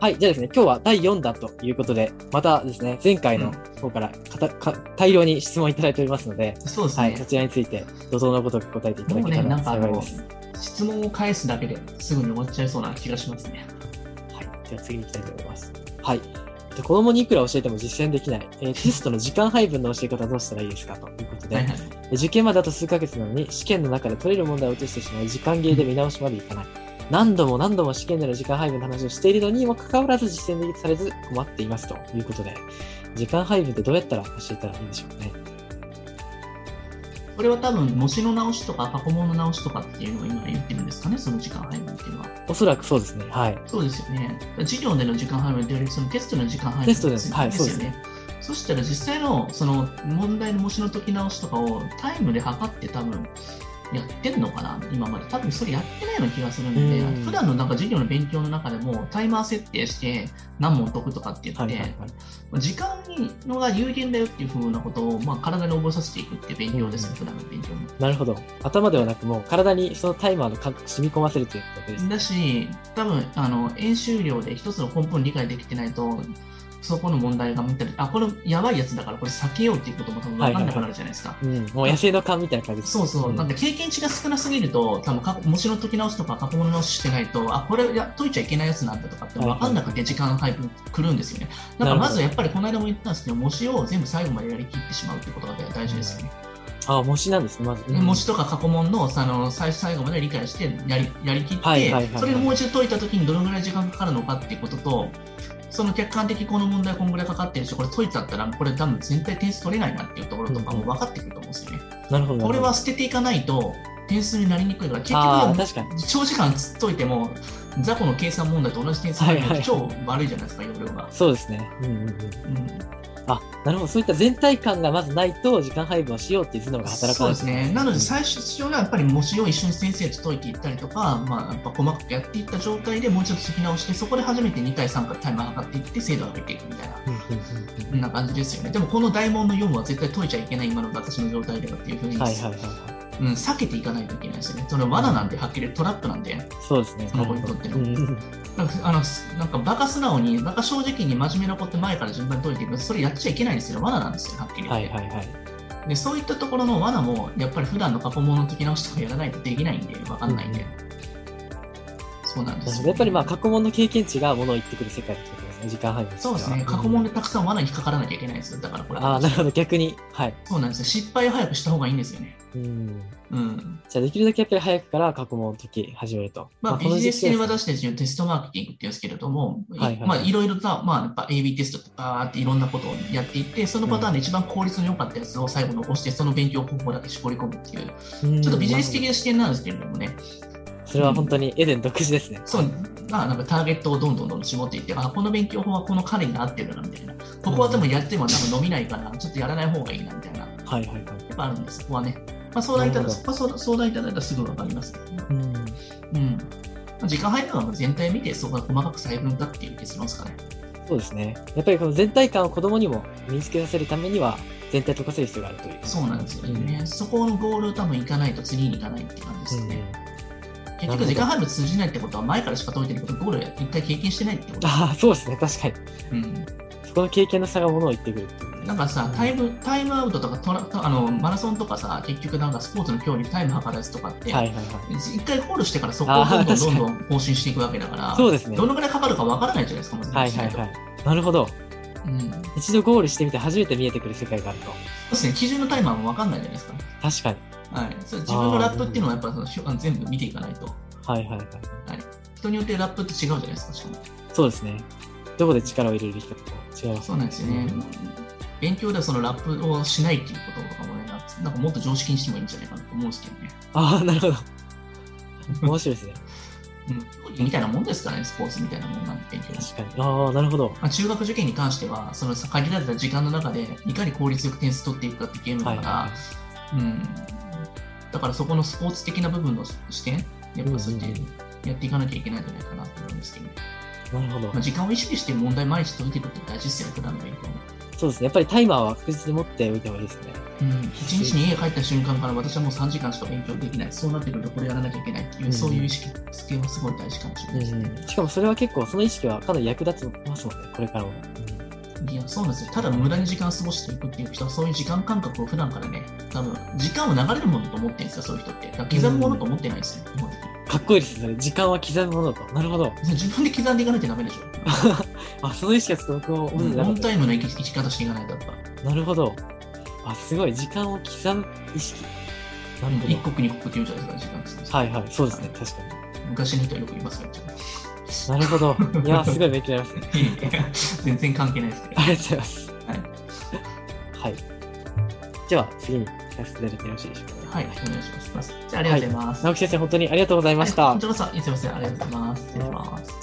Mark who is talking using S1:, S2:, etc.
S1: はい、じゃあですね、今日は第4弾ということで、またですね、前回の方からかたか大量に質問いただいておりますので、
S2: そうですね。
S1: はい、そちらについて、怒涛のごとく答えていただ
S2: もう
S1: け
S2: ね、
S1: たら
S2: なんかあ
S1: 幸いで
S2: の
S1: す。、
S2: 質問を返すだけですぐに終わっちゃいそうな気がしますね。
S1: はい、では次に行きたいと思います。はい。で子供にいくら教えても実践できない、えーテストの時間配分の教え方どうしたらいいですかということで、
S2: はいはい。
S1: 受験まであと数ヶ月なのに、試験の中で取れる問題を落としてしまい、時間切れで見直しまでいかない。何度も何度も試験での時間配分の話をしているのにもかかわらず実践されず困っていますということで、時間配分ってどうやったら教えたらいいんでしょうね。
S2: これは多分、模試の直しとか、過去問の直しとかっていうのを今言ってるんですかね、その時間配分っていうのは。
S1: おそらくそうですね。はい。
S2: そうですよね。授業での時間配分というより、そのテストの時間配分
S1: テストです
S2: よね
S1: はい
S2: ですよね。そしたら実際のその問題の模試の解き直しとかをタイムで測って多分やってるのかな、今まで。多分それやってないような気がするんで、
S1: うん
S2: 普段のなんか授業の勉強の中でもタイマー設定して何問解くとかって言って、
S1: はいはいはい。
S2: 時間のが有限だよっていうふうなことを、まあ、体に覚えさせていくっていう勉強ですね、
S1: うん
S2: 普段の勉強も。
S1: なるほど。頭ではなくもう体にそのタイマーの感覚染み込ませるということですね。
S2: だし、多分あの演習量で一つの根本理解できてないと、そこの問題が見たり、あ、これやばいやつだから、これ避けようっていうことも多分分かんなくなるじゃないですか。
S1: うん。もう野生の勘みたいな感じです。
S2: そうそう、
S1: ん
S2: なんか経験値が少なすぎると、多分過去模試の解き直しとか、過去問の直ししてないと、あ、これや解いちゃいけないやつなんだとかって分かんなくて、時間配分くるんですよね。だからまずやっぱりこの間も言ったんですけど、模試を全部最後までやりきってしまうってことが大事ですよね。
S1: あ、模試なんですね、まず。うん
S2: 模試とか過去問のあの最最後まで理解してやりやりきって、
S1: はいはいはいはい
S2: それをもう一度解いたときにどのぐらい時間かかるのかっていうことと、その客観的この問題こんぐらいかかってるし、これ解いちゃったら、これ多分全体点数取れないなっていうところとかも分かってくると思うんですよね。
S1: なるほど。なるほど
S2: これは、捨てていかないと点数になりにくいから、結
S1: ああ、
S2: 局、
S1: 確かに。
S2: 長時間つっといても、雑魚の計算問題と同じ点数になる
S1: はい
S2: と
S1: はい
S2: 超悪いじゃないですか、容量が。
S1: そうですね。うんうんうん。
S2: うん
S1: あ、なるほど。そういった全体感がまずないと、時間配分をしようっていう頭脳が働か
S2: そう
S1: ない。
S2: ですね。なので、最初はやっぱり模試を一緒に先生と解いていったりとか、まあ、やっぱ細かくやっていった状態でもう一度解き直して、そこで初めて2対3回タイマー測っていって、精度を上げていくみたいな。
S1: うんうんうん
S2: こんな感じですよね。でも、この大問の4は絶対解いちゃいけない、今の私の状態ではっていうふう
S1: うん
S2: に、
S1: はいはいはいは
S2: うん、避けていかないといけないですよね。その罠なんてはっきり言うトラップなんで、
S1: い。そうですね。
S2: その子にとっての
S1: うんうん
S2: なんか、あのなんかバカ素直に、なんか正直に真面目な子って前から順番に解いていく、それやっちゃいけないですよ。罠なんですよ、はっきり言っ
S1: は
S2: て。
S1: いはいはい。
S2: でそういったところの罠もやっぱり普段の過去問の解き直しとかやらないとできないんで分かんないんで、
S1: うん
S2: そうなんで
S1: なるほ
S2: すよ
S1: どやっぱりまあ、過去問の経験値がものを言ってくる世界ってことですね。時間配分。
S2: そうですね過去問で。たくさん罠に引っかからなきゃいけないですよだからこれ
S1: ああ、なるほど。逆に。はい。
S2: そうなんですよ失敗を早くした方がいいんですよね
S1: うん。
S2: うん
S1: じゃあ、できるだけやっぱり早くから過去問を解き始めると。
S2: まあ、ビ
S1: この
S2: ジネ
S1: 時期
S2: ス系
S1: は
S2: に私たちのテストマーケティングって言うんですけれども、い
S1: はいはい
S2: まあ、いろいろな、まあ、やっぱ AB テストとかーっていろんなことをやっていって、そのパターンで一番効率の良かったやつを最後残して、その勉強方法だけ絞り込むっていう、
S1: うん
S2: ちょっとビジネス的な視点なんですけれどもね、
S1: それは本当にエデン独自ですね。
S2: そう、まあ、なんかターゲットをどんどんどんどん絞っていって、あ、この勉強法はこの彼に合ってるな、みたいな。ここは多分やっても多分伸びないから、ちょっとやらない方がいいな、みたいな。や
S1: はいはいはい。
S2: っぱあるんです、そこはね。まあ、相談いた
S1: な
S2: だ
S1: る
S2: そこは相談相談いただいたらすぐわかりますけどね。
S1: うん。
S2: うん。まあ時間配分はもう全体見て、そこが細かく細分化っていう結論ですかね。
S1: そうですね。やっぱりこの全体感を子供にも身につけさせるためには、全体と化せる必要があるという。
S2: そうなんですよね。そこのゴールを多分行かないと次に行かないって感じですよね。
S1: なるほ
S2: 結局
S1: ど
S2: 時間配分通じないってことは前からしか解いてること、ゴールを一回経験してないってこと。
S1: ああ、そうですね。確かに。
S2: うん。
S1: そこの経験の差がものを言ってくるっていうね
S2: なんかさ、タイムタイムアウトとかトラあのマラソンとかさ、結局なんかスポーツの競技タイム測るやつとかって、
S1: はいはいはい。
S2: 一回ゴールしてからそこをどんどんどんどん更新していくわけだから、
S1: そうですね。
S2: どのぐらいかかるかわからないじゃないですか、まず
S1: はいはいはい。なるほど。
S2: うん、そ
S1: 一度ゴールしてみて初めて見えてくる世界があると。
S2: うですね、基準のタイマーもわかんないじゃないですか。
S1: 確かに。
S2: はい、それ自分のラップっていうのはやっぱそのしゅあの全部見ていかないと。
S1: はいはいはい。
S2: 人によってラップって違うじゃないですか、しかも。
S1: そうですね。どこで力を入れるべきかとか違います。
S2: そうなんですよね。勉強ではそのラップをしないっていうこととかもね、なんかもっと常識にしてもいいんじゃないかなと思うんですけどね。
S1: ああ、なる ほど。面白いですね。
S2: うん、みたいなもんですからね、スポーツみたいなもんなんで勉強は
S1: 確かに。ああ、なるほど。
S2: まあ、中学受験に関してはその限られた時間の中でいかに効率よく点数取っていくかっていうゲームだから、
S1: は
S2: うん、だからそこのスポーツ的な部分の視点やっぱそうやっ
S1: うんうん
S2: てやっていかなきゃいけないんじゃないかなと思うんですけど、ね
S1: なるほど
S2: まあ、。時間を意識して問題毎日解いていくって大事ですよね普段の勉強も
S1: そうですね。やっぱりタイマーは確実に持っておいた方がいいですね。
S2: うん、1日に家帰った瞬間から私はもう3時間しか勉強できない、そうなってくるとこれやらなきゃいけないっていう、
S1: うん
S2: そういう意識つけはすごい大事かもしれないですね。
S1: うん、しかもそれは結構、その意識はかなり役立つますもんね、これからも。うん
S2: いや、そうなんですよ。ただ無駄に時間を過ごしていくっていう人は、そういう時間感覚を普段からね、多分、時間は流れるものだと思ってるんですよ、そういう人って。だから刻むものと思ってないですよ、基本的に
S1: かっこいいですね、それ。時間は刻むものだと。なるほど。
S2: 自分で刻んでいかなきゃダメでしょ。
S1: あ、その意識はちょっと僕も思ってな
S2: オ
S1: かっ
S2: ン
S1: た
S2: タイムの生き生き方していかないと、やっぱ。
S1: なるほど。あ、すごい。時間を刻む意識。なるほ
S2: 一刻二刻って言うじゃないですか、時間
S1: ど。はいはい。そうですね。。確か
S2: 昔の人はよく言いますよ、ちょ っと
S1: に。なるほ ど。いや、すごい勉強になりますね。
S2: いやいや全然関係ないですけど。
S1: ありがとうございます。
S2: はい。
S1: はい。では、次に聞かせていただいてよろしいでしょうか。
S2: はい、お願いします。じゃあ、ありがとうございます。
S1: 直木先生、本当にありがとうございました
S2: こち。らこそ、いつもすいません、ありがとうございます。失礼します。